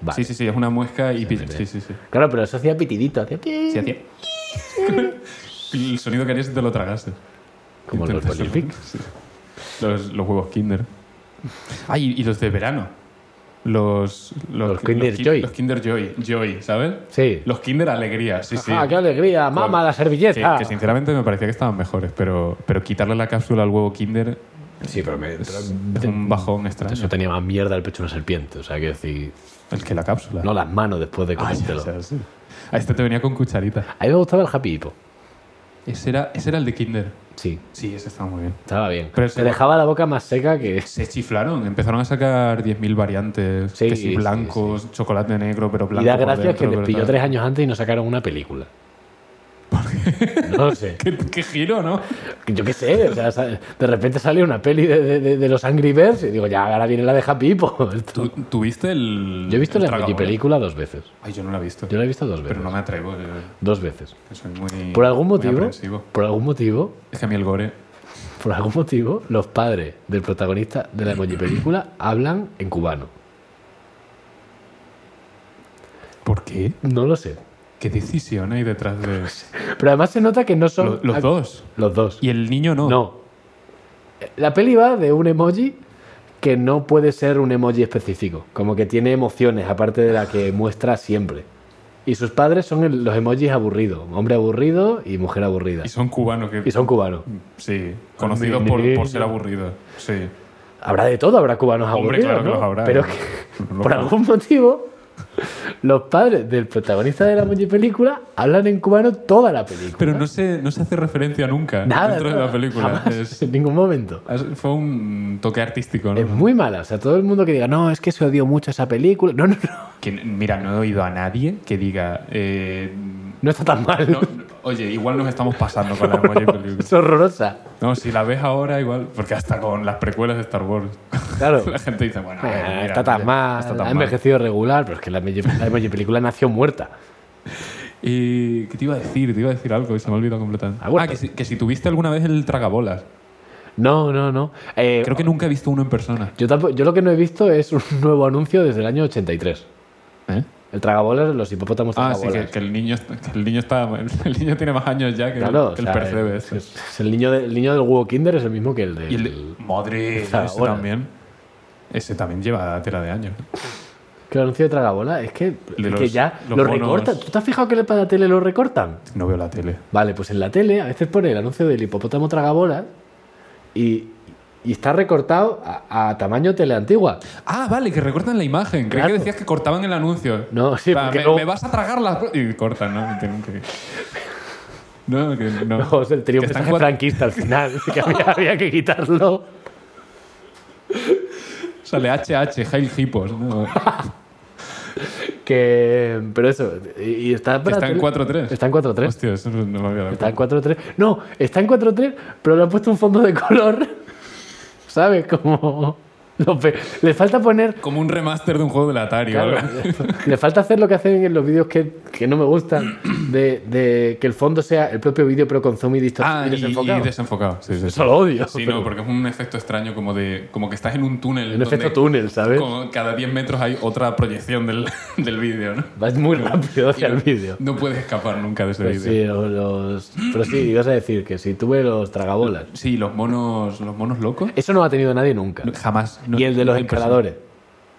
A: Vale.
B: Sí, sí, sí, es una muesca y pilla.
A: mira.
B: Sí, sí, sí.
A: Claro, pero eso hacía pitidito. Hacía... pi-
B: Sí, hacía- el sonido que harías si te lo tragaste.
A: Como los
B: Entonces,
A: Olympic.
B: sí. Los, los huevos Kinder. Ah, y, y los de verano. Los,
A: Los Kinder
B: Ki-
A: Joy.
B: Los Kinder Joy, Joy, ¿sabes?
A: Sí.
B: Los Kinder Alegría, sí, sí.
A: ¡Ah, qué alegría! ¡Mama, la
B: que,
A: servilleta!
B: que sinceramente me parecía que estaban mejores, pero, pero quitarle la cápsula al huevo Kinder
A: Sí, pero me...
B: es un bajón extraño.
A: Eso tenía más mierda el pecho de una serpiente. O sea, que decir...
B: El que la cápsula.
A: No las manos después de
B: Ah, ya,
A: comértelo.
B: ya, sí. Ah, este te venía con cucharita.
A: A mí me gustaba el Happy Hippo.
B: Ese era, ese era el de Kinder.
A: Sí,
B: Sí, ese estaba muy bien.
A: estaba bien.
B: Pero
A: Pero
B: ese-
A: se dejaba la boca más seca que...
B: Se chiflaron, empezaron a sacar 10.000 variantes,
A: Sí,
B: que si
A: sí,
B: blancos, chocolate negro, pero blanco.
A: Y da
B: por
A: gracias que
B: dentro,
A: les
B: pero
A: pilló
B: tal.
A: tres años antes y no sacaron una película. No lo sé.
B: ¿Qué, qué giro, ¿no?
A: Yo qué sé. o sea, sa- de repente sale una peli de, de- de- de los Angry Birds y digo, ya, ahora viene la de Happy Hippo. Esto-
B: ¿Tú, tú viste el.
A: Yo he visto
B: el
A: la
B: tragabolas?
A: película dos veces.
B: Ay, yo no la he visto.
A: Yo la he visto dos veces.
B: Pero no me atrevo. eh,
A: Dos veces.
B: que soy muy.
A: Por algún
B: muy
A: motivo,
B: aprensivo.
A: por algún motivo,
B: Es que a mí el gore.
A: por algún motivo, los padres del protagonista de la emoji película hablan en cubano.
B: ¿Por qué?
A: No lo sé.
B: ¿Qué decisión hay detrás de.
A: Pero además se nota que no son.
B: Lo- los dos.
A: Los dos.
B: Y el niño no.
A: No. La peli va de un emoji que no puede ser un emoji específico, como que tiene emociones aparte de la que muestra siempre. Y sus padres son el- los emojis aburridos, hombre aburrido y mujer aburrida.
B: Y son cubanos que.
A: Y son cubanos.
B: Sí, conocidos
A: mi
B: por, por
A: niño.
B: ser aburridos. Sí.
A: Habrá de todo, habrá cubanos aburridos,
B: Hombre, claro que
A: ¿no?
B: los habrá. ¿eh?
A: Pero es que,
B: No,
A: por
B: no.
A: algún motivo, los padres del protagonista de la emoji película hablan en cubano toda la película.
B: Pero no se, no se hace referencia nunca
A: Nada,
B: dentro de
A: nada,
B: la película.
A: jamás,
B: Es-
A: en ningún momento.
B: es- fue un toque artístico, ¿no?
A: Es muy mala. O sea, todo el mundo que diga, no, es que se odió mucho esa película. No, no, no.
B: Que, mira, no he oído a nadie que diga. eh,
A: No está tan mal.
B: no, no, oye, igual nos estamos pasando con la emoji película.
A: Es horrorosa.
B: No, si la ves ahora, igual. Porque hasta con las precuelas de Star Wars.
A: Claro.
B: la gente dice, bueno, a ver,
A: Ah,
B: mira,
A: está tan
B: oye,
A: mal,
B: está
A: ha
B: tan mal.
A: envejecido regular, pero es que la, me- la me- película nació muerta.
B: Y, ¿Qué te iba a decir? Te iba a decir algo y se me ha olvidado completamente.
A: Ah, bueno.
B: que, si, que si tuviste alguna vez el tragabolas.
A: No, no, no. Eh,
B: Creo que nunca he visto uno en persona.
A: yo, tampoco, yo lo que no he visto es un nuevo anuncio desde el año 83.
B: ¿Eh?
A: El tragabolas, los hipopótamos
B: Ah, sí,
A: tragabolas.
B: que, que el niño, está- que el niño está, el niño tiene más años ya que,
A: Claro,
B: el-
A: o
B: que
A: sea,
B: el percebe.
A: es-
B: este.
A: es- es el, niño de- el niño del huevo kinder es el mismo que el del...
B: Y el de- Madre, ese
A: Tragabolas.
B: también. Ese también lleva tela de años.
A: Que el anuncio de tragabolas es que,
B: de
A: es
B: los-
A: que ya
B: los
A: lo
B: monos.
A: recortan. ¿Tú te has fijado que para la tele lo recortan?
B: No veo la tele.
A: Vale, pues en la tele a veces pone el anuncio del hipopótamo tragabolas y, y está recortado a, a tamaño teleantigua.
B: Ah, vale, que recortan la imagen. Creí
A: Claro.
B: que decías que cortaban el anuncio.
A: No, sí,
B: O sea,
A: porque
B: me,
A: no-
B: me vas a tragar las... Y cortan, ¿no? Y tienen que- No, que no.
A: No, es el trío
B: Que
A: que
B: están
A: mensaje
B: cuat-
A: franquista al final, que había, había que quitarlo.
B: Sale HH, Hail Hippos. ¿no?
A: Que, pero eso, y y está para
B: Está en
A: tele-
B: 4-3.
A: Está en 4-3.
B: Hostia, eso no no me había dado
A: Está en
B: cuenta.
A: 4-3. No, está en 4-3, pero le han puesto un fondo de color. ¿Sabes? Como... lo pe- Le falta poner...
B: Como un remaster de un juego del Atari. o
A: Claro,
B: algo.
A: le falta hacer lo que hacen en los vídeos que, que no me gustan, de, de que el fondo sea el propio vídeo pero con zoom y distorsión
B: Ah,
A: y
B: y
A: desenfocado.
B: y desenfocado. Sí, sí, sí.
A: Eso lo odio.
B: Sí,
A: pero-
B: no, porque es un efecto extraño como de como que estás en un túnel.
A: Un
B: donde
A: efecto túnel, ¿sabes?
B: como cada 10 metros hay otra proyección del, del vídeo, ¿no?
A: Vas muy rápido hacia
B: Y no-
A: el vídeo.
B: No puedes escapar nunca de ese
A: Pues
B: vídeo.
A: sí, o los, pero sí, ibas a decir que si tuve los tragabolas.
B: Sí. los monos los monos locos.
A: Eso no lo ha tenido nadie nunca.
B: Jamás. no-
A: Eh, y el de los
B: en persona.
A: escaladores.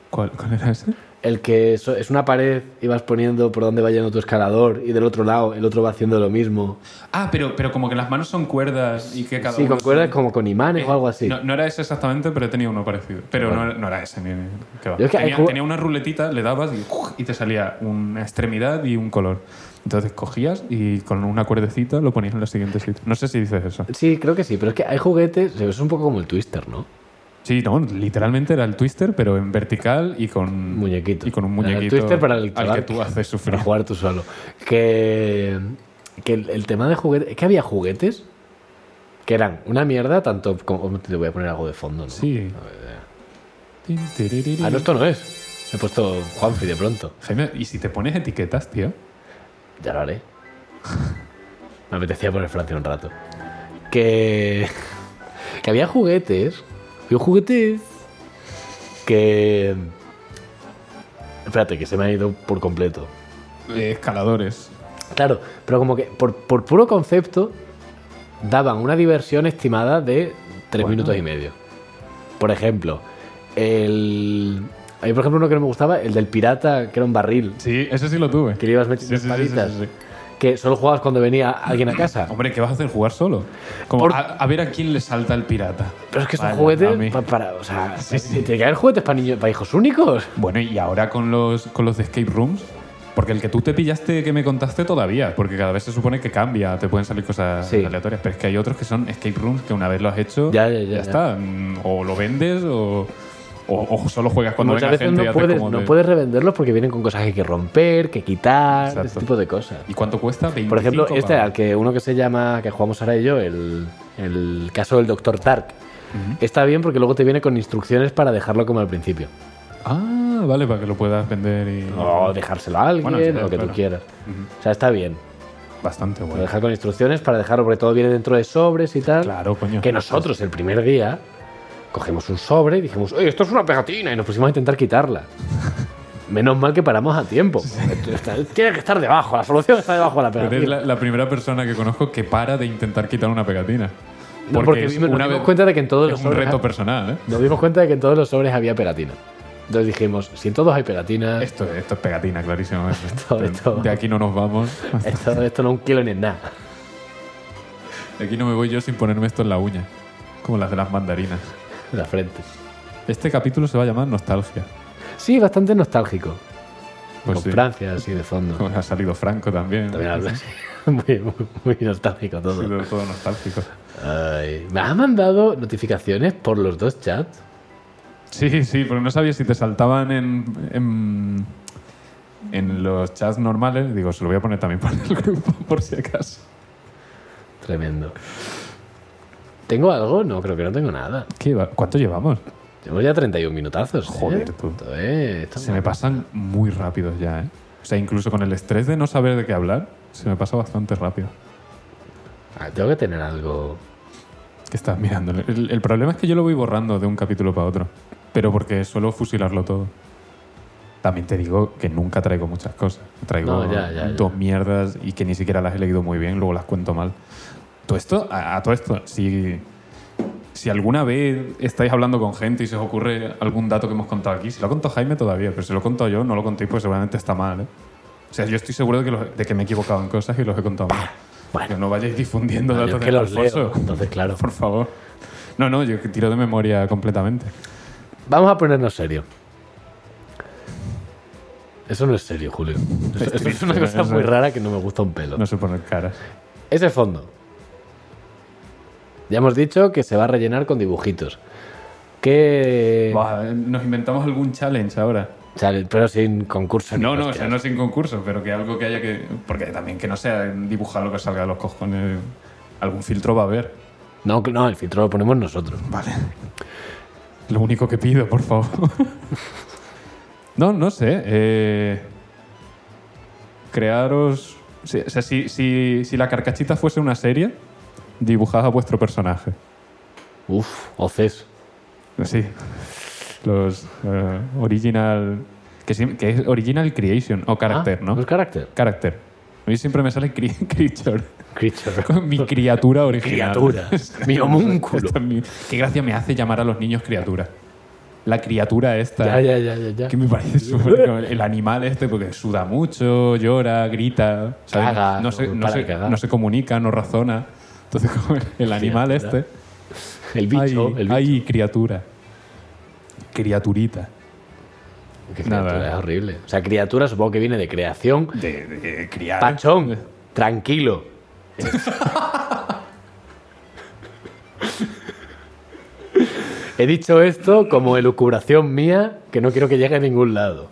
B: ¿Cuál, cuál era ese?
A: El que es, es una pared y vas poniendo por donde va yendo tu escalador y del otro lado el otro va haciendo lo mismo.
B: Ah, pero, pero como que las manos son cuerdas y que cada
A: sí,
B: uno
A: con cuerdas
B: son-
A: como con imanes o algo así.
B: Eh, No, no era ese exactamente, pero tenía uno parecido. Pero no, era- no era ese. Ni, ni- qué va.
A: Yo es que hay
B: tenía,
A: jug-
B: tenía una ruletita, le dabas y, ¡cuj! y te salía una extremidad y un color. Entonces cogías y con una cuerdecita lo ponías en los siguientes sitios. No sé si dices eso.
A: Sí, creo que sí, pero es que hay juguetes, es un poco como el twister, ¿no?
B: Sí, no, literalmente era el twister, pero en vertical y con,
A: Muñequito.
B: y con un
A: Era el
B: muñequito
A: twister para el
B: al que
A: chaval
B: tú haces sufrir.
A: Para jugar tú solo. Que, que el, el tema de juguetes. Es que había juguetes que eran una mierda, tanto como. oh, Te voy a poner algo de fondo, ¿no?
B: Sí. Tin, tiririrí.
A: Ah, no, esto no es. He puesto Juanfi de pronto.
B: Jaime, ¿y si te pones etiquetas, tío?
A: Ya lo haré. Me apetecía poner Francia un rato. Que. Que había juguetes. Había juguetes. Que. Espérate, que se me ha ido por completo.
B: Eh, escaladores.
A: Claro, pero como que por, por puro concepto daban una diversión estimada de tres
B: Bueno.
A: minutos y medio. Por ejemplo, el... A mí, por ejemplo, uno que no me gustaba, el del pirata, que era un barril,
B: Sí, ese sí lo tuve.
A: que le ibas metiendo
B: Sí, sí, sí,
A: palitas,
B: sí, sí, sí.
A: que solo jugabas cuando venía alguien a casa.
B: Hombre, ¿qué vas a hacer? ¿Jugar solo? Como
A: Por-
B: a, a ver a quién le salta el pirata.
A: Pero es que son
B: Vaya, a mí.
A: juguetes pa- para... O sea, tiene que haber juguetes para, niños, para hijos únicos.
B: Bueno, y ahora con los, con los de escape rooms, porque el que tú te pillaste que me contaste todavía, porque cada vez se supone que cambia, te pueden salir cosas
A: Sí.
B: aleatorias, pero es que hay otros que son escape rooms que una vez lo has hecho,
A: Ya, ya, ya, ya.
B: está. Mm, O lo vendes o, o- o solo juegas cuando
A: Muchas
B: venga
A: veces
B: gente y
A: no
B: haces
A: puedes,
B: como
A: no
B: de-
A: puedes revenderlos porque vienen con cosas que hay que romper, que quitar, ese
B: Exacto.
A: tipo de cosas.
B: ¿Y cuánto cuesta? 25
A: Por ejemplo, este,
B: pavos.
A: al que uno que se llama, que jugamos ahora y yo, el, el caso del Dr. Tark, está bien porque luego te viene con instrucciones para dejarlo como al principio.
B: Ah, vale, para que lo puedas vender y...
A: O dejárselo a alguien,
B: Bueno, sí,
A: o lo que
B: claro.
A: tú quieras. O sea, está bien.
B: Bastante bueno.
A: Lo dejar con instrucciones para dejarlo, porque todo viene dentro de sobres y tal.
B: Claro, coño.
A: Que nosotros el primer día cogemos un sobre y dijimos, oye, esto es una pegatina, y nos pusimos a intentar quitarla. Menos mal que paramos a tiempo. Esto está- Tiene que estar debajo, la solución está debajo de la
B: Pero
A: pegatina.
B: eres la, la primera persona que conozco que para de intentar quitar una pegatina.
A: No, porque
B: es
A: nos dimos
B: vez-
A: cuenta de que en todos
B: es
A: los
B: un
A: sobres-
B: reto personal, ¿eh?
A: Nos dimos cuenta de que en todos los sobres había pegatina. Entonces dijimos, si en todos hay pegatina,
B: Esto, esto es pegatina, clarísimo. ¿eh?
A: Esto- esto.
B: De aquí no nos vamos.
A: esto, esto no es un kilo ni es nada.
B: De aquí no me voy yo sin ponerme esto en la uña. Como las de las mandarinas.
A: En la frente.
B: Este capítulo se va a llamar Nostalgia.
A: Sí, bastante nostálgico.
B: Pues
A: con
B: sí.
A: Francia, así de fondo.
B: Pues ha salido Franco también.
A: También
B: Ha
A: habla así. Muy, muy, muy nostálgico todo.
B: sido todo nostálgico.
A: Ay, Me ha mandado notificaciones por los dos chats.
B: Sí, sí, pero no sabía si te saltaban en, en, en los chats normales. Digo, se lo voy a poner también para el grupo, por si acaso.
A: Tremendo. ¿Tengo algo? No, creo que no tengo nada.
B: ¿Qué va? ¿Cuánto llevamos?
A: Llevo ya 31 minutazos. ¿eh?
B: Joder, tú.
A: Esto es- esto
B: Se me pasan muy rápido ya, ¿eh? O sea, incluso con el estrés de no saber de qué hablar, se me pasa bastante rápido.
A: Ah, tengo que tener algo.
B: Que estás mirando. El, el problema es que yo lo voy borrando de un capítulo para otro, pero porque suelo fusilarlo todo. También te digo que nunca traigo muchas cosas. Traigo
A: No, ya, ya, ya.
B: dos mierdas y que ni siquiera las he leído muy bien, luego las cuento mal. Todo esto, a, a todo esto, si, si alguna vez estáis hablando con gente y se os ocurre algún dato que hemos contado aquí, si lo ha contado Jaime todavía, pero si lo he contado yo, no lo contéis pues seguramente está mal. ¿eh? O sea, yo estoy seguro de que, los- de que me he equivocado en cosas y los he contado mal.
A: Bueno.
B: Que no vayáis difundiendo
A: Yo
B: datos
A: es que
B: Pues de
A: los leo,
B: Alfonso.
A: entonces, claro.
B: Por favor. No, no, yo que tiro de memoria completamente.
A: Vamos a ponernos serio. Eso no es serio, Julio. Eso, eso es
B: triste,
A: una
B: ¿no?
A: cosa
B: Eso-
A: muy rara que no me gusta un pelo.
B: No sé poner caras.
A: Ese fondo. Ya hemos dicho que se va a rellenar con dibujitos. Que.
B: Buah, Nos inventamos algún challenge ahora.
A: O sea, pero sin concurso. ni
B: No, no, o
A: hostias.
B: sea, no sin concurso, pero que algo que haya que. Porque también que no sea dibujar lo que salga de los cojones. Algún filtro va a haber.
A: No, que- no, el filtro lo ponemos nosotros.
B: Vale. Lo único que pido, por favor. no, no sé. eh, crearos. sí, o sea, si, si- si la carcachita fuese una serie, dibujad a vuestro personaje.
A: Uf, OCES.
B: Sí. Los eh, original. Que, sí- que es original creation o character,
A: Ah,
B: ¿no?
A: ¿Es carácter?
B: Character. A mí siempre me sale cri- creature.
A: Creature.
B: Mi criatura original.
A: Criatura. Mi homúnculo.
B: Esta es mi- Qué gracia me hace llamar a los niños criatura. La criatura esta.
A: Ya, ya, ya, ya. ya.
B: Que me parece súper. como El animal este, porque suda mucho, llora, grita. ¿sabes?
A: Caga,
B: no, se,
A: no
B: no,
A: para
B: se,
A: de cagar.
B: no se comunica, no razona. Entonces, como el animal este.
A: El bicho.
B: ay,
A: el bicho.
B: ay, criatura. Criaturita.
A: Qué
B: nada.
A: criatura, es horrible. O sea, criatura supongo que viene de creación.
B: De, de criar.
A: Pachón, tranquilo. He dicho esto como elucubración mía que no quiero que llegue a ningún lado.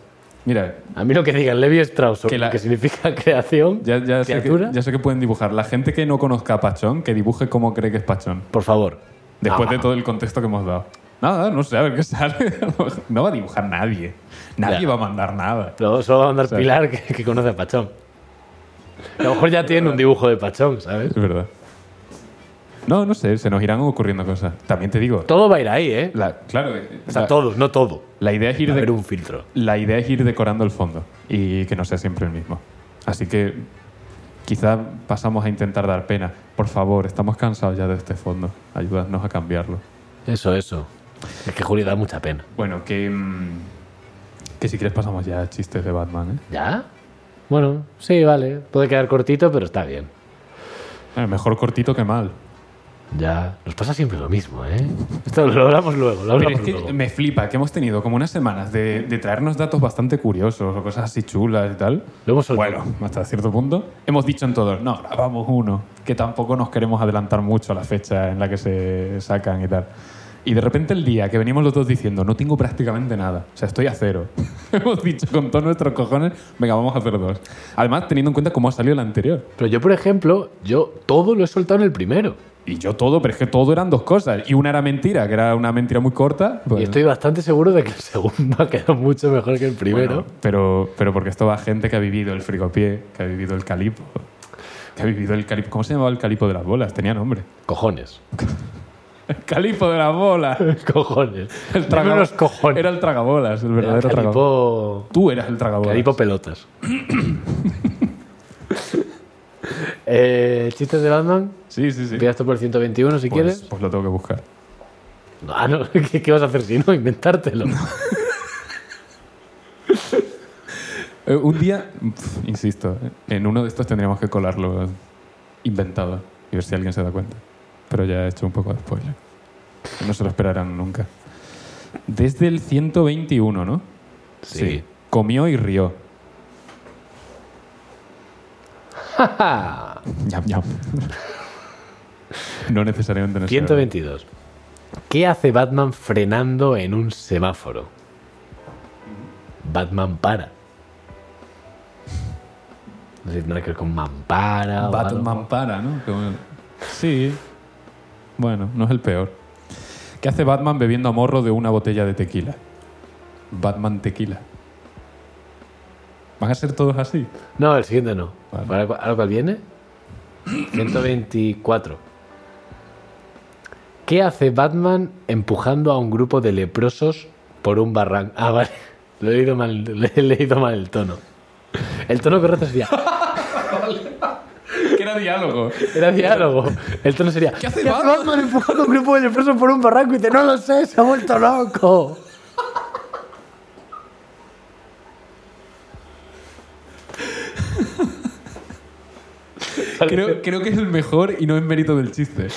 B: Mira,
A: A mí lo que digan Levi Strauss,
B: Que
A: que,
B: la-
A: significa creación,
B: ya, ya sé que,
A: criatura,
B: ya sé que pueden dibujar. La gente que no conozca a Pachón, que dibuje como cree que es Pachón.
A: por favor.
B: Después
A: Ah,
B: de todo el contexto que hemos dado. Nada, no sé, a ver qué sale. No va a dibujar nadie. Nadie
A: Ya.
B: va a mandar nada.
A: Luego solo va a mandar
B: sea-
A: Pilar que, que conoce a Pachón. A lo mejor ya tienen un dibujo de Pachón, ¿sabes?
B: Es verdad. No, no sé, se nos irán ocurriendo cosas. También te digo,
A: Todo va a ir ahí, ¿eh?
B: la, claro, eh,
A: O sea,
B: la-
A: todos, no todo.
B: la idea es ir
A: Va a
B: de,
A: haber un filtro.
B: La idea es ir decorando el fondo y que no sea siempre el mismo. Así que quizá pasamos a intentar dar pena. Por favor, estamos cansados ya de este fondo. Ayúdanos a cambiarlo.
A: Eso, eso. Es que Julio da mucha pena.
B: Bueno, que, mm, que si quieres pasamos ya a chistes de Batman. ¿eh?
A: ¿Ya? Bueno, sí, vale. Puede quedar cortito, pero está bien.
B: Eh, mejor cortito que mal.
A: Ya. Nos pasa siempre lo mismo, ¿eh? Esto lo hablamos luego, lo
B: Pero es
A: hablamos
B: que
A: luego.
B: me flipa que hemos tenido como unas semanas de, de traernos datos bastante curiosos o cosas así chulas y tal.
A: Lo hemos soltado.
B: Bueno, hasta cierto punto. Hemos dicho en todos, no, grabamos uno, que tampoco nos queremos adelantar mucho a la fecha en la que se sacan y tal. Y de repente el día que venimos los dos diciendo, no tengo prácticamente nada, o sea, estoy a cero. hemos dicho con todos nuestros cojones, venga, vamos a hacer dos. Además, teniendo en cuenta cómo ha salido el anterior.
A: Pero yo, por ejemplo, yo todo lo he soltado en el primero.
B: Y yo todo, pero es que todo eran dos cosas. Y una era mentira, que era una mentira muy corta. pues-
A: Y estoy bastante seguro de que el segundo ha quedado mucho mejor que el primero.
B: Bueno, pero, pero porque esto va a gente que ha vivido el frigopié, que ha vivido el calipo, que ha vivido el calipo. ¿Cómo se llamaba el calipo de las bolas? Tenía nombre.
A: Cojones.
B: El calipo de las bolas.
A: Cojones.
B: El
A: El
B: traga-
A: los cojones.
B: Era el tragabolas, el
A: Era
B: verdadero tragabolas.
A: calipo,
B: Tú eras el tragabolas.
A: calipo pelotas. eh, ¿Chistes de Batman?
B: Sí, sí, sí.
A: Pida esto por el 121 si
B: Pues-
A: quieres.
B: Pues lo tengo que buscar.
A: Ah, no, ¿qué, qué vas a hacer si no? Inventártelo.
B: Eh, un día, pf, insisto, en uno de estos tendríamos que colarlo inventado y ver si alguien se da cuenta. Pero ya he hecho un poco de spoiler. No se lo esperarán nunca. Desde el 121, ¿no?
A: Sí.
B: Comió y rió.
A: Ah,
B: Ñam, ñam. no necesariamente en
A: 122. ¿Qué hace Batman frenando en un semáforo? Batman para. No sé si tendrá que ver con Mampara. o algo.
B: Batman para, ¿no? Como- Sí. Bueno, no es el peor. ¿Qué hace Batman bebiendo a morro de una botella de tequila? Batman tequila. ¿Van a ser todos así?
A: No, el siguiente no.
B: Vale.
A: ¿Ahora, cu- ahora cuál viene? 124. ¿Qué hace Batman empujando a un grupo de leprosos por un barranco? Ah, vale. Lo he leído mal, le he leído mal el tono. El tono correcto sería.
B: Que era diálogo.
A: Era diálogo. El tono sería. ¿Qué
B: hace
A: Batman empujando a un grupo de leprosos por un barranco? Y dice, no lo sé, se ha vuelto loco.
B: Creo, creo que es el mejor y no es mérito del chiste.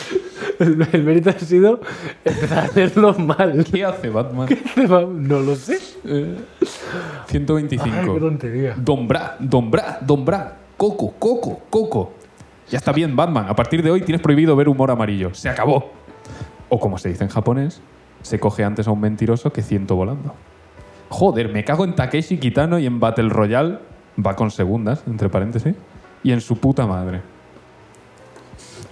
A: El, el mérito ha sido empezar a hacerlo mal.
B: ¿Qué hace Batman?
A: No lo sé.
B: Eh, 125.
A: tontería.
B: Dombra, Dombra, Dombra, Coco, Coco, Coco. Ya está bien, Batman. A partir de hoy tienes prohibido ver humor amarillo. Se acabó. O como se dice en japonés, se coge antes a un mentiroso que ciento volando. Joder, me cago en Takeshi Kitano y en Battle Royale. Va con segundas, entre paréntesis. Y en su puta madre.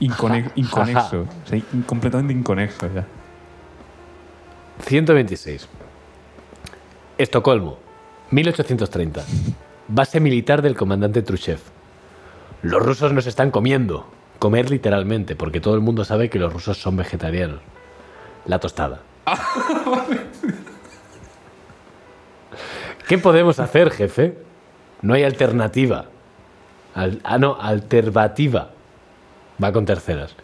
B: Incone- inconexo. O sea, in- completamente inconexo ya.
A: 126. Estocolmo, 1830. Base militar del comandante Truchev. Los rusos nos están comiendo. Comer literalmente, porque todo el mundo sabe que los rusos son vegetarianos. La tostada. ¿Qué podemos hacer, jefe? No hay alternativa. Al- ah, no, alternativa. Va con terceras.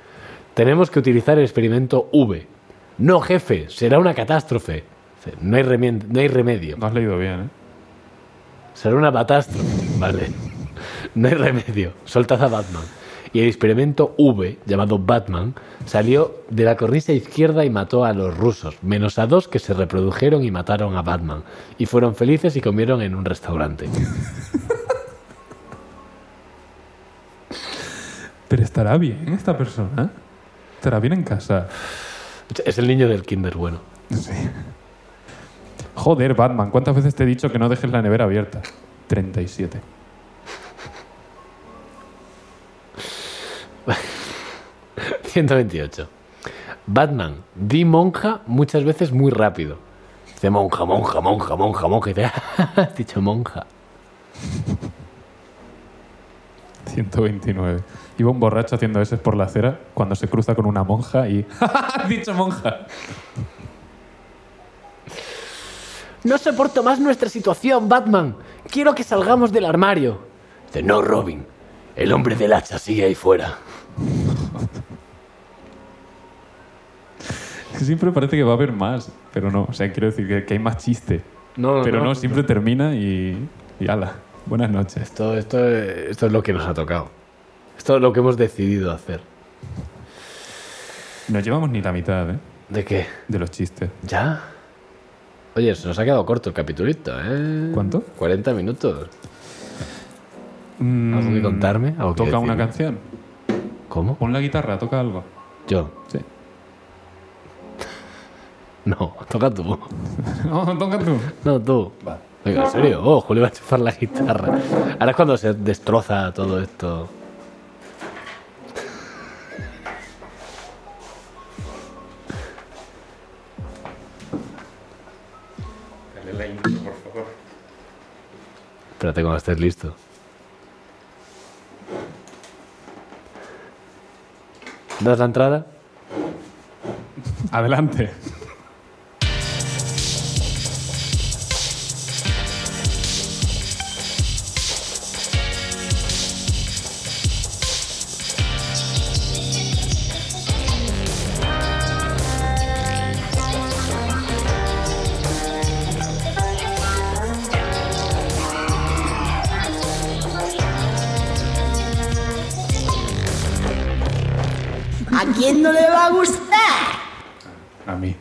A: Tenemos que utilizar el experimento V. No, jefe, será una catástrofe. Dice, No hay, remien- no hay remedio.
B: No has leído bien, ¿eh?
A: Será una catástrofe. Vale. No hay remedio. Soltad a Batman. Y el experimento V, llamado Batman, salió de la cornisa izquierda y mató a los rusos, menos a dos que se reprodujeron y mataron a Batman. Y fueron felices y comieron en un restaurante.
B: Pero estará bien esta persona. Estará bien en casa.
A: Es el niño del kinder bueno.
B: Joder, Batman, ¿cuántas veces te he dicho que no dejes la nevera abierta? 37.
A: Vale. 128. Batman, di monja muchas veces muy rápido. Dice monja, monja, monja, monja, monja. Y dice, "Ah, has dicho monja.
B: 129. Iba un borracho haciendo ese por la acera cuando se cruza con una monja y... ¡Ja, ja, ja! ¡Has dicho monja!
A: No soporto más nuestra situación, Batman. Quiero que salgamos del armario. Dice, no, Robin. El hombre del hacha sigue ahí fuera.
B: Es que siempre parece que va a haber más, pero no. O sea, quiero decir que, que hay más chiste.
A: No, no,
B: pero
A: no,
B: no,
A: no.
B: siempre termina y... Y ala. Buenas noches.
A: Esto, esto, esto es lo que nos ha tocado. Esto es lo que hemos decidido hacer.
B: No llevamos ni la mitad, ¿eh?
A: ¿De qué?
B: De los chistes.
A: ¿Ya? Oye, se nos ha quedado corto el capitulito, ¿eh?
B: ¿Cuánto?
A: 40 minutos.
B: Mm,
A: ¿Algo que contarme? ¿Algo que
B: Toca
A: decirme?
B: una canción.
A: ¿Cómo?
B: Pon la guitarra, toca algo.
A: ¿Yo?
B: Sí.
A: No, toca tú.
B: No, toca tú.
A: No, tú. Venga, en serio. Oh, Julio va a chupar la guitarra. Ahora es cuando se destroza todo esto. Espérate cuando estés listo. ¿Das la entrada?
B: Adelante.
C: ¿A quién no le va a gustar?
B: A mí.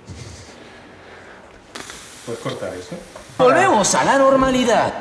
B: ¿Puedes cortar eso?
D: Volvemos a la normalidad.